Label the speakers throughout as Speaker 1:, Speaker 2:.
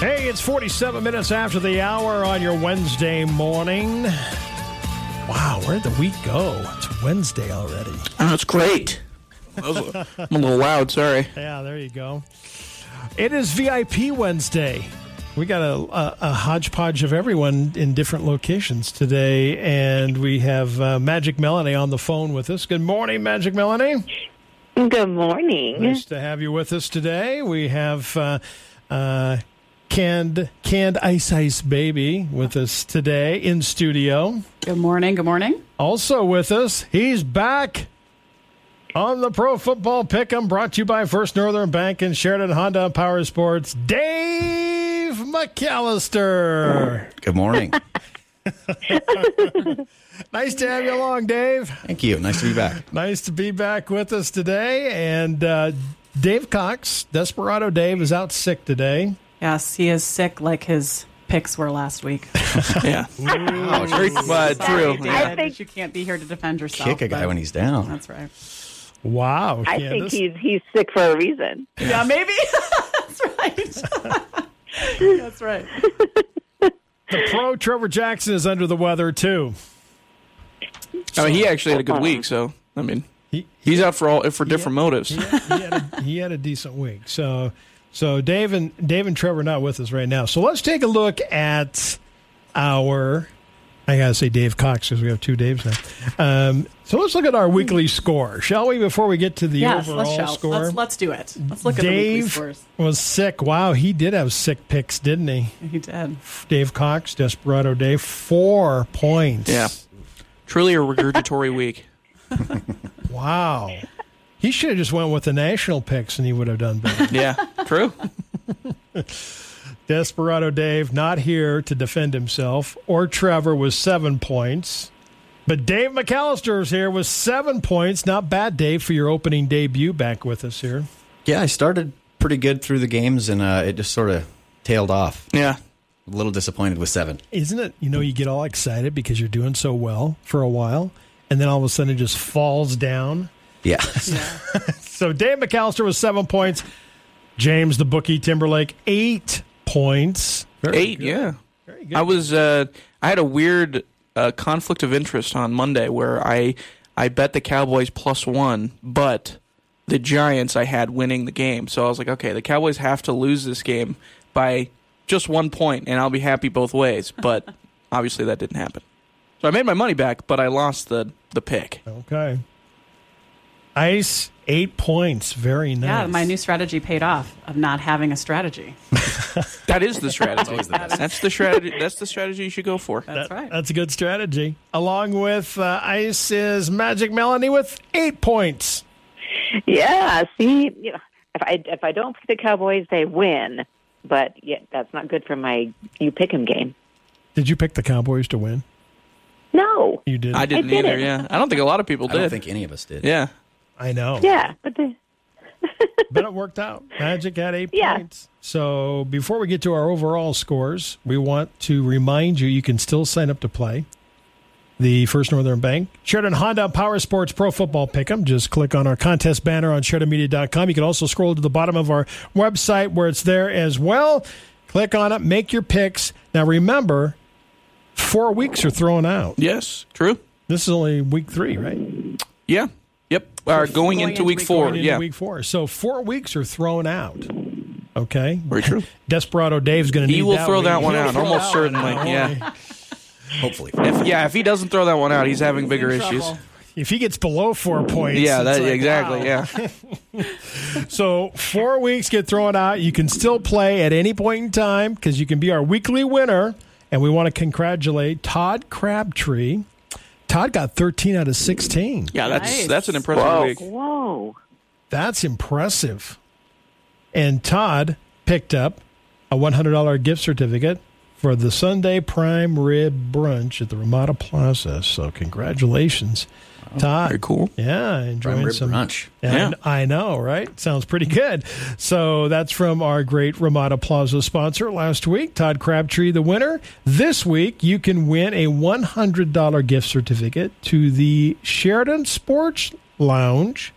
Speaker 1: Hey, it's 47 minutes after the hour on your Wednesday morning. Wow, where'd the week go? It's Wednesday already.
Speaker 2: Oh, it's great. That was a- I'm a little loud. Sorry.
Speaker 1: Yeah, there you go. It is VIP Wednesday. We got a, a, a hodgepodge of everyone in different locations today, and we have uh, Magic Melanie on the phone with us. Good morning, Magic Melanie.
Speaker 3: Good morning.
Speaker 1: Nice to have you with us today. We have uh, uh, canned canned ice ice baby with us today in studio.
Speaker 4: Good morning. Good morning.
Speaker 1: Also with us, he's back on the Pro Football Pick'em, brought to you by First Northern Bank and Sheridan Honda and Power Sports. Dave McAllister,
Speaker 5: Good morning.
Speaker 1: nice to have you along, Dave.
Speaker 5: Thank you. Nice to be back.
Speaker 1: Nice to be back with us today. And uh, Dave Cox, Desperado Dave, is out sick today.
Speaker 4: Yes, he is sick like his picks were last week.
Speaker 2: Yeah.
Speaker 5: Oh, true.
Speaker 4: Sorry,
Speaker 5: Well, true.
Speaker 4: David,
Speaker 3: I think-
Speaker 4: you can't be here to defend yourself.
Speaker 5: Kick a guy
Speaker 4: but-
Speaker 5: when he's down.
Speaker 4: That's right.
Speaker 1: Wow,
Speaker 3: I think
Speaker 1: Candace.
Speaker 3: he's he's sick for a reason.
Speaker 4: Yeah, maybe. That's right. That's right.
Speaker 1: the pro Trevor Jackson is under the weather too.
Speaker 2: I mean, he actually had a good week. So I mean, he's out for all for different motives.
Speaker 1: he had a, he had a decent week. So, so Dave and Dave and Trevor are not with us right now. So let's take a look at our. I gotta say Dave Cox because we have two Daves now. Um, so let's look at our weekly score, shall we? Before we get to the
Speaker 4: yes,
Speaker 1: overall
Speaker 4: let's shout.
Speaker 1: score,
Speaker 4: Let's, let's do it. Let's look at the weekly
Speaker 1: Dave
Speaker 4: scores.
Speaker 1: was sick. Wow, he did have sick picks, didn't he?
Speaker 4: He did.
Speaker 1: Dave Cox, Desperado Dave, four points.
Speaker 2: Yeah. Truly a regurgitory week.
Speaker 1: Wow. He should have just went with the national picks and he would have done better.
Speaker 2: Yeah. True.
Speaker 1: Desperado Dave not here to defend himself, or Trevor with seven points. But Dave McAllister is here with seven points. Not bad, Dave, for your opening debut back with us here.
Speaker 5: Yeah, I started pretty good through the games, and uh, it just sort of tailed off.
Speaker 2: Yeah.
Speaker 5: A little disappointed with seven.
Speaker 1: Isn't it? You know, you get all excited because you're doing so well for a while, and then all of a sudden it just falls down.
Speaker 5: Yeah.
Speaker 1: So Dave McAllister with seven points. James the bookie Timberlake, eight points. Very
Speaker 2: Eight.
Speaker 1: good.
Speaker 2: Yeah.
Speaker 1: Very good.
Speaker 2: I was uh, I had a weird uh, conflict of interest on Monday where I I bet the Cowboys plus one, but the Giants I had winning the game. So I was like, okay, the Cowboys have to lose this game by just one point, and I'll be happy both ways. But obviously that didn't happen. So I made my money back, but I lost the the pick.
Speaker 1: Okay. Ice, eight points. Very nice.
Speaker 4: Yeah, my new strategy paid off of not having a strategy.
Speaker 2: That is the strategy.
Speaker 5: the best.
Speaker 2: that's the strategy. That's the strategy you should go for.
Speaker 4: That's right.
Speaker 1: That's a good strategy. Along with uh, Ice is Magic Melanie with eight points.
Speaker 3: Yeah. See, you know, if I if I don't pick the Cowboys, they win. But yeah, that's not good for my you pick 'em game.
Speaker 1: Did you pick the Cowboys to win?
Speaker 3: No.
Speaker 1: You did.
Speaker 2: I didn't
Speaker 3: did
Speaker 2: either.
Speaker 3: it.
Speaker 2: Yeah, I don't think a lot of people
Speaker 5: I
Speaker 2: did.
Speaker 5: don't think any of us did.
Speaker 2: yeah.
Speaker 1: I know.
Speaker 3: Yeah, but the,
Speaker 1: But it worked out. Magic had eight
Speaker 3: Yeah.
Speaker 1: points. So before we get to our overall scores, we want to remind you you can still sign up to play. The First Northern Bank, Sheridan Honda and Power Sports Pro Football Pick'em. Just click on our contest banner on SheridanMedia.com. You can also scroll to the bottom of our website where it's there as well. Click on it, make your picks. Now remember, four weeks are thrown out.
Speaker 2: Yes. True.
Speaker 1: This is only week three, right?
Speaker 2: Yeah. Yep. Or going, into week four.
Speaker 1: Going into
Speaker 2: Yeah.
Speaker 1: week four. So four weeks are thrown out. Okay,
Speaker 2: Very true.
Speaker 1: Desperado Dave's going to need
Speaker 2: He will
Speaker 1: that
Speaker 2: throw
Speaker 1: one.
Speaker 2: that one
Speaker 1: He'll
Speaker 2: out,
Speaker 1: throw
Speaker 2: almost
Speaker 1: that one
Speaker 2: certainly,
Speaker 1: out.
Speaker 2: yeah.
Speaker 5: Hopefully.
Speaker 2: If, yeah. If he doesn't throw that one out, he's having bigger
Speaker 4: in
Speaker 2: issues.
Speaker 4: trouble.
Speaker 1: If he gets below four points,
Speaker 2: Yeah.
Speaker 1: it's
Speaker 2: That
Speaker 1: like,
Speaker 2: exactly.
Speaker 1: wow.
Speaker 2: Yeah.
Speaker 1: So four weeks get thrown out. You can still play at any point in time because you can be our weekly winner. And we want to congratulate Todd Crabtree. Todd got 13 out of 16.
Speaker 2: Yeah. That's
Speaker 4: Nice.
Speaker 2: that's an impressive week.
Speaker 3: whoa.
Speaker 1: That's impressive. And Todd picked up a $100 gift certificate for the Sunday prime rib brunch at the Ramada Plaza. So congratulations, Todd.
Speaker 2: Very cool.
Speaker 1: Yeah, enjoying
Speaker 5: Prime rib
Speaker 1: some
Speaker 5: brunch.
Speaker 1: And
Speaker 2: Yeah.
Speaker 1: I know, right? Sounds pretty good. So that's from our great Ramada Plaza sponsor last week, Todd Crabtree, the winner. This week, you can win a $100 gift certificate to the Sheridan Sports Lounge,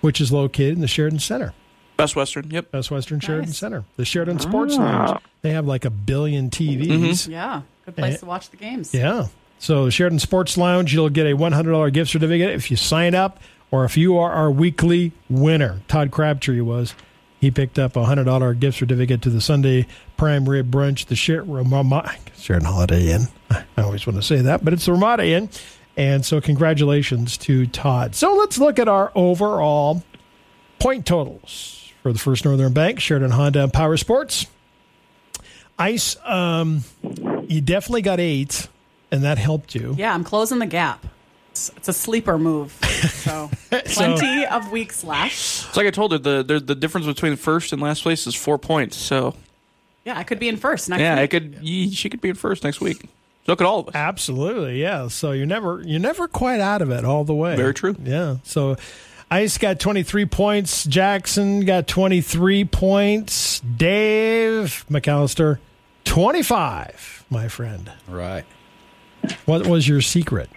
Speaker 1: which is located in the Sheridan Center.
Speaker 2: Best Western. Yep.
Speaker 1: Best Western Sheridan
Speaker 4: Nice.
Speaker 1: Center, the Sheridan Sports Lounge. They have like a billion TVs.
Speaker 4: Yeah. Good place to watch the games.
Speaker 1: Yeah. So Sheridan Sports Lounge, you'll get a $100 gift certificate if you sign up or if you are our weekly winner. Todd Crabtree was. He picked up a $100 gift certificate to the Sunday prime rib brunch, the Sher- Ramada, Sheridan Holiday Inn. I always want to say that, but it's the Ramada Inn. And so congratulations to Todd. So let's look at our overall point totals for the First Northern Bank, Sheridan Honda and Power Sports. Ice, um, you definitely got eight, and that helped you.
Speaker 4: Yeah, I'm closing the gap. It's, it's a sleeper move. So plenty of weeks left.
Speaker 2: It's like I told her the, the the difference between first and last place is four points. So
Speaker 4: Yeah, I could be in first next
Speaker 2: yeah, I
Speaker 4: week.
Speaker 2: could. ye- She could be in first next week. Look at all of us.
Speaker 1: Absolutely, yeah. So you're never you're never quite out of it all the way.
Speaker 2: Very true.
Speaker 1: Yeah. So Ice got 23 points. Jackson got 23 points. Dave McAllister, 25. My friend,
Speaker 5: Right.
Speaker 1: what was your secret?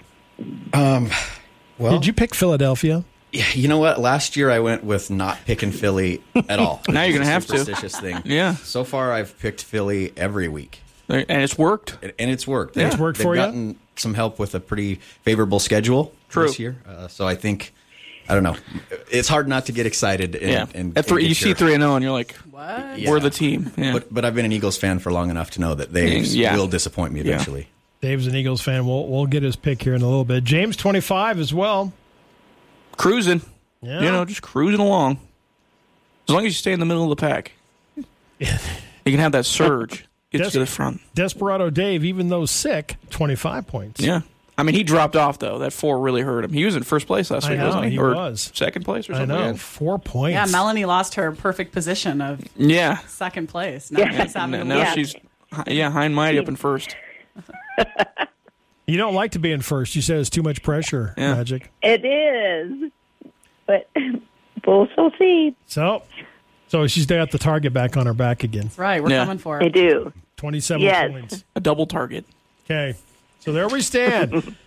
Speaker 5: Well,
Speaker 1: Did you pick Philadelphia?
Speaker 5: Yeah, you know what? Last year I went with not picking Philly at all.
Speaker 2: Now you're
Speaker 5: It's a
Speaker 2: gonna have to.
Speaker 5: Superstitious thing.
Speaker 2: Yeah.
Speaker 5: So far I've picked Philly every week,
Speaker 2: And it's worked.
Speaker 5: and and it's worked.
Speaker 1: It's worked
Speaker 5: they've
Speaker 1: for ya?
Speaker 5: gotten some help with a pretty favorable schedule
Speaker 2: True.
Speaker 5: this year. Uh, so I think I don't know. It's hard not to get excited. And,
Speaker 2: Yeah.
Speaker 5: and,
Speaker 2: At three,
Speaker 5: and
Speaker 2: you
Speaker 5: get
Speaker 2: see
Speaker 5: your-
Speaker 2: three and zero, and you're like,
Speaker 4: What?
Speaker 5: Yeah.
Speaker 2: we're the team. Yeah. Mm,
Speaker 5: But but I've been an Eagles fan for long enough to know that they
Speaker 2: Yeah.
Speaker 5: will disappoint me eventually.
Speaker 1: Dave's an Eagles fan. We'll we'll get his pick here in a little bit. James 25 as well.
Speaker 2: cruising.
Speaker 1: Yeah.
Speaker 2: You know, just cruising along. As long as you stay in the middle of the pack, you can have that surge. Get you to the front.
Speaker 1: Desperado Dave, even though sick, 25 points.
Speaker 2: Yeah. I mean, he dropped off though. That four really hurt him. He was in first place last
Speaker 1: I
Speaker 2: week,
Speaker 1: know,
Speaker 2: wasn't he?
Speaker 1: he
Speaker 2: or
Speaker 1: was.
Speaker 2: second place or
Speaker 1: I
Speaker 2: something.
Speaker 1: know.
Speaker 2: like that.
Speaker 1: Four points.
Speaker 4: Yeah, Melanie lost her perfect position of
Speaker 2: Yeah.
Speaker 4: second place. Now
Speaker 3: Yeah.
Speaker 4: she's having
Speaker 2: N-
Speaker 4: to
Speaker 2: now
Speaker 4: look.
Speaker 3: Yeah.
Speaker 2: she's hi- yeah high and mighty up in first.
Speaker 1: You don't like to be in first. You said it's too much pressure,
Speaker 2: Yeah.
Speaker 1: Magic.
Speaker 3: It is, but we'll still see.
Speaker 1: So, so she's got the target back on her back again.
Speaker 4: Right, we're
Speaker 2: Yeah.
Speaker 4: coming for
Speaker 3: I
Speaker 4: it.
Speaker 3: do.
Speaker 1: 27
Speaker 3: Yes.
Speaker 1: points.
Speaker 2: A double target.
Speaker 1: Okay. So there we stand.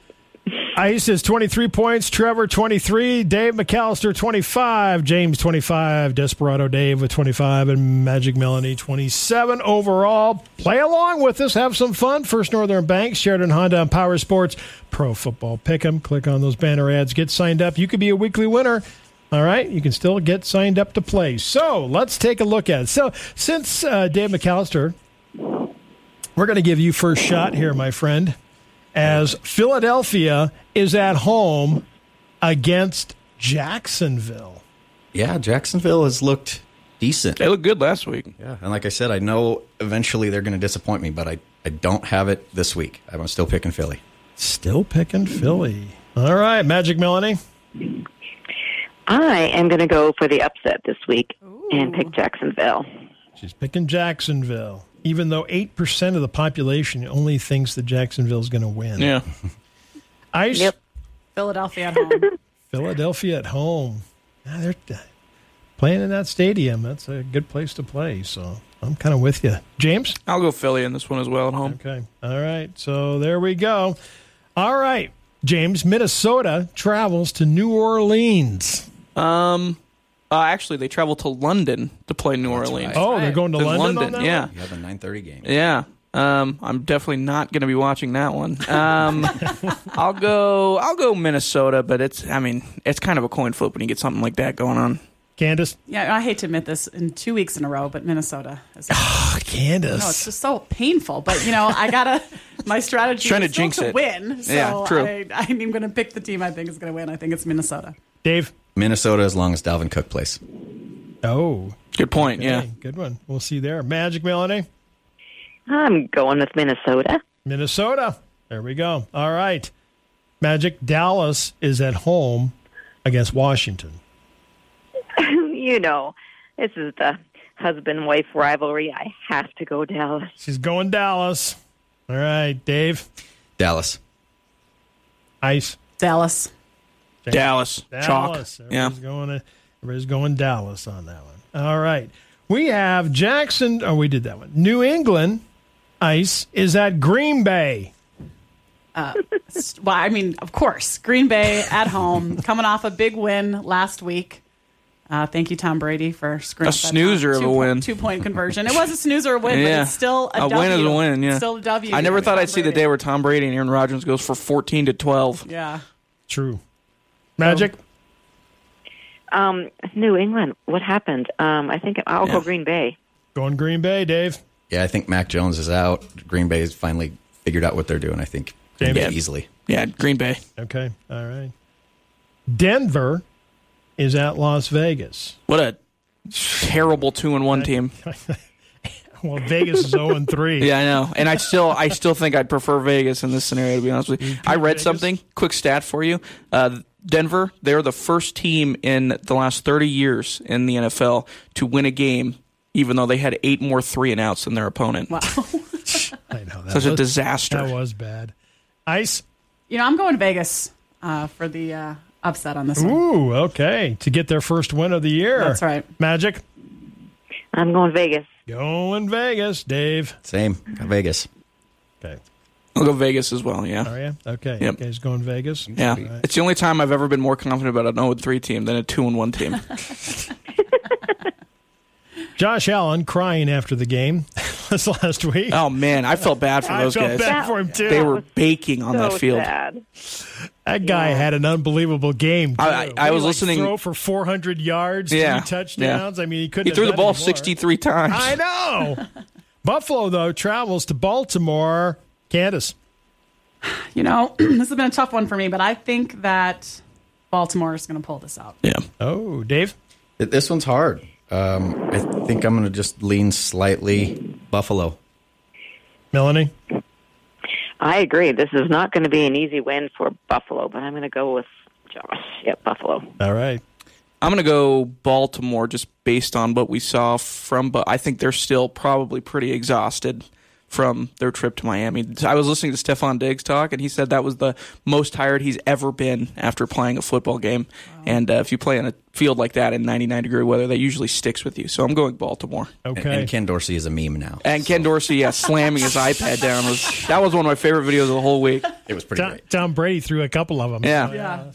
Speaker 1: Ice is 23 points. Trevor, 23. Dave McAllister, 25. James, 25. Desperado Dave with 25. And Magic Melanie, 27 overall. Play along with us. Have some fun. First Northern Bank, Sheridan Honda, and Power Sports, Pro Football Pick'em. Click on those banner ads. Get signed up. You could be a weekly winner. All right, you can still get signed up to play. So let's take a look at it. So since uh, Dave McAllister we're going to give you first shot here, my friend, as Philadelphia is at home against Jacksonville.
Speaker 5: Yeah, Jacksonville has looked decent.
Speaker 2: They looked good last week.
Speaker 5: Yeah, and like I said, I know eventually they're going to disappoint me, but I, I don't have it this week. I'm still picking Philly.
Speaker 1: Still picking Philly. All right, Magic Melanie.
Speaker 3: I am going to go for the upset this week and pick Jacksonville.
Speaker 1: She's picking Jacksonville, even though 8% of the population only thinks that Jacksonville's going to win.
Speaker 2: Yeah.
Speaker 1: Ice,
Speaker 3: Yep.
Speaker 4: Philadelphia at home.
Speaker 1: Philadelphia at home. Ah, they're uh, playing in that stadium. That's a good place to play. So I'm kind of with you. James?
Speaker 2: I'll go Philly in this one as well at home.
Speaker 1: Okay. All right. So there we go. All right. James, Minnesota travels to New Orleans.
Speaker 2: Uh, actually, they travel to London to play New Orleans.
Speaker 1: oh,
Speaker 4: right.
Speaker 1: they're going to
Speaker 2: In
Speaker 1: London.
Speaker 2: London,
Speaker 1: on that
Speaker 2: yeah.
Speaker 1: one?
Speaker 5: You have a 9:30 game.
Speaker 2: Yeah. Um, I'm definitely not going to be watching that one. Um, I'll go. I'll go Minnesota, but it's. I mean, it's kind of a coin flip when you get something like that going on.
Speaker 1: Candace.
Speaker 4: Yeah, I hate to admit this in two weeks in a row, but Minnesota is
Speaker 1: Oh, Candace.
Speaker 4: No, it's just so painful. But you know, I gotta my strategy
Speaker 2: Trying to
Speaker 4: is still
Speaker 2: jinx
Speaker 4: to
Speaker 2: it.
Speaker 4: win. So
Speaker 2: Yeah, true.
Speaker 4: I, I'm gonna pick the team I think is gonna win. I think it's Minnesota.
Speaker 1: Dave.
Speaker 5: Minnesota, as long as Dalvin Cook plays.
Speaker 1: Oh,
Speaker 2: Good point. Yeah.
Speaker 1: hey, good one. We'll see there. Magic Melanie,
Speaker 3: I'm going with Minnesota.
Speaker 1: Minnesota. There we go. All right. Magic Dallas is at home against Washington.
Speaker 3: you know, this is the husband wife rivalry. I have to go Dallas.
Speaker 1: She's going Dallas. All right, Dave.
Speaker 5: Dallas.
Speaker 1: Ice.
Speaker 4: Dallas.
Speaker 2: Dallas.
Speaker 1: Dallas.
Speaker 2: Chalk. Yeah.
Speaker 1: Everybody's going to, everybody's going Dallas on that one. All right. We have Jackson. Oh, we did that one. New England ice is at Green Bay.
Speaker 4: Well, I mean, of course, Green Bay at home, coming off a big win last week. Uh, thank you, Tom Brady, for screwing
Speaker 2: A
Speaker 4: up that
Speaker 2: snoozer of a win.
Speaker 4: two point conversion. It was a snoozer of a win, but
Speaker 2: yeah,
Speaker 4: it's still a,
Speaker 2: a win is a
Speaker 4: W.
Speaker 2: win. Yeah,
Speaker 4: still a W.
Speaker 2: I never
Speaker 4: for
Speaker 2: thought
Speaker 4: Tom
Speaker 2: I'd see the
Speaker 4: Brady.
Speaker 2: day where Tom Brady and Aaron Rodgers goes for fourteen to twelve.
Speaker 4: Yeah,
Speaker 1: True. Magic.
Speaker 3: Um, New England. What happened? Um, I think I'll go
Speaker 2: Yeah.
Speaker 3: Green Bay.
Speaker 1: Going Green Bay, Dave.
Speaker 5: Yeah, I think Mac Jones is out. Green Bay's finally figured out what they're doing. I think Green
Speaker 1: James?
Speaker 5: Bay
Speaker 2: Yeah.
Speaker 5: easily.
Speaker 2: Yeah, Green Bay.
Speaker 1: Okay. All right. Denver is at Las Vegas.
Speaker 2: What a terrible two and one team.
Speaker 1: Well, Vegas is 0 and 3.
Speaker 2: Yeah, I know. And I still I still think I'd prefer Vegas in this scenario to be honest with you. I read
Speaker 1: Mm-hmm. Vegas?
Speaker 2: something, quick stat for you. Uh, Denver, they're the first team in the last 30 years in the NFL to win a game even though they had eight more three and outs than their opponent.
Speaker 4: wow.
Speaker 1: I know. That
Speaker 2: Such a
Speaker 1: was-
Speaker 2: disaster.
Speaker 1: That was bad. Ice.
Speaker 4: you know, I'm going to Vegas uh, for the uh, upset on this one.
Speaker 1: Ooh, okay. To get their first win of the year.
Speaker 4: That's right.
Speaker 1: Magic.
Speaker 3: I'm going Vegas.
Speaker 1: Going Vegas, Dave.
Speaker 5: Same. Vegas.
Speaker 1: Okay.
Speaker 2: I'll go Vegas as well, yeah.
Speaker 1: Are you? Okay.
Speaker 2: Yep.
Speaker 1: You guys going Vegas?
Speaker 2: Yeah. It's the only time I've ever been more confident about an 0 3 team than a 2 and 1 team.
Speaker 1: Josh Allen crying after the game this last week.
Speaker 2: oh, man. I felt bad for
Speaker 1: I
Speaker 2: those
Speaker 1: felt
Speaker 2: guys.
Speaker 1: bad
Speaker 3: That-
Speaker 1: for him, too.
Speaker 2: They were baking on
Speaker 3: so
Speaker 2: that field.
Speaker 3: sad.
Speaker 1: that guy had an unbelievable game. too.
Speaker 2: I- I- I
Speaker 1: He,
Speaker 2: was
Speaker 1: like,
Speaker 2: listening-
Speaker 1: Throw for 400 yards,
Speaker 2: Yeah,
Speaker 1: three touchdowns. I mean, he couldn't.
Speaker 2: He
Speaker 1: have
Speaker 2: threw the
Speaker 1: done
Speaker 2: ball
Speaker 1: any more.
Speaker 2: 63 times.
Speaker 1: I know. Buffalo though travels to Baltimore. Candace.
Speaker 4: You know, this has been a tough one for me, but I think that Baltimore is going to pull this out.
Speaker 2: Yeah.
Speaker 1: Oh, Dave.
Speaker 5: Th- This one's hard. Um, I think I'm going to just lean slightly Buffalo.
Speaker 1: Melanie.
Speaker 3: I agree. This is not going to be an easy win for Buffalo, but I'm going to go with Josh at Buffalo.
Speaker 1: All right.
Speaker 2: I'm going to go Baltimore just based on what we saw from, but I think they're still probably pretty exhausted from their trip to Miami. I was listening to Stefan Diggs talk, and he said that was the most tired he's ever been after playing a football game. And uh, if you play in a field like that in 99 degree weather, that usually sticks with you. So I'm going Baltimore.
Speaker 5: And-
Speaker 1: Okay.
Speaker 5: And Ken Dorsey is a meme now.
Speaker 2: And Ken Dorsey, yeah, slamming his iPad down was that was one of my favorite videos of the whole week.
Speaker 5: It was pretty
Speaker 1: Tom,
Speaker 5: great.
Speaker 1: Tom Brady threw a couple of them.
Speaker 2: Yeah.
Speaker 4: Yeah.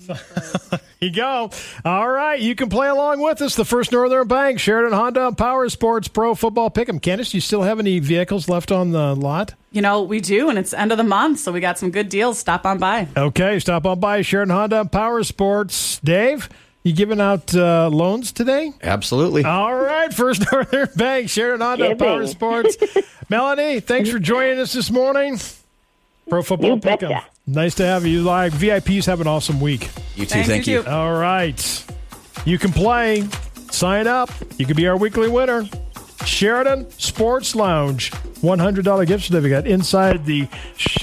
Speaker 1: There you go. All right, you can play along with us. The First Northern Bank, Sheridan Honda, and Power Sports Pro Football Pick'em. Candice, do you still have any vehicles left on the lot?
Speaker 4: You know, we do, and it's end of the month, so we got some good deals. Stop on by.
Speaker 1: Okay, stop on by Sheridan Honda and Power Sports. Dave, you giving out uh, loans today?
Speaker 5: Absolutely.
Speaker 1: All right, First Northern Bank, Sheridan Honda, and Power
Speaker 3: Giving.
Speaker 1: Sports. Melanie, thanks for joining us this morning. Pro Football
Speaker 3: You betcha.
Speaker 1: Pick'em. Nice to have you live. VIPs have an awesome week.
Speaker 5: you too.
Speaker 4: Thanks,
Speaker 5: Thank you.
Speaker 4: too.
Speaker 1: All right. You can play. Sign up. You can be our weekly winner. Sheridan Sports Lounge. $100 gift certificate inside the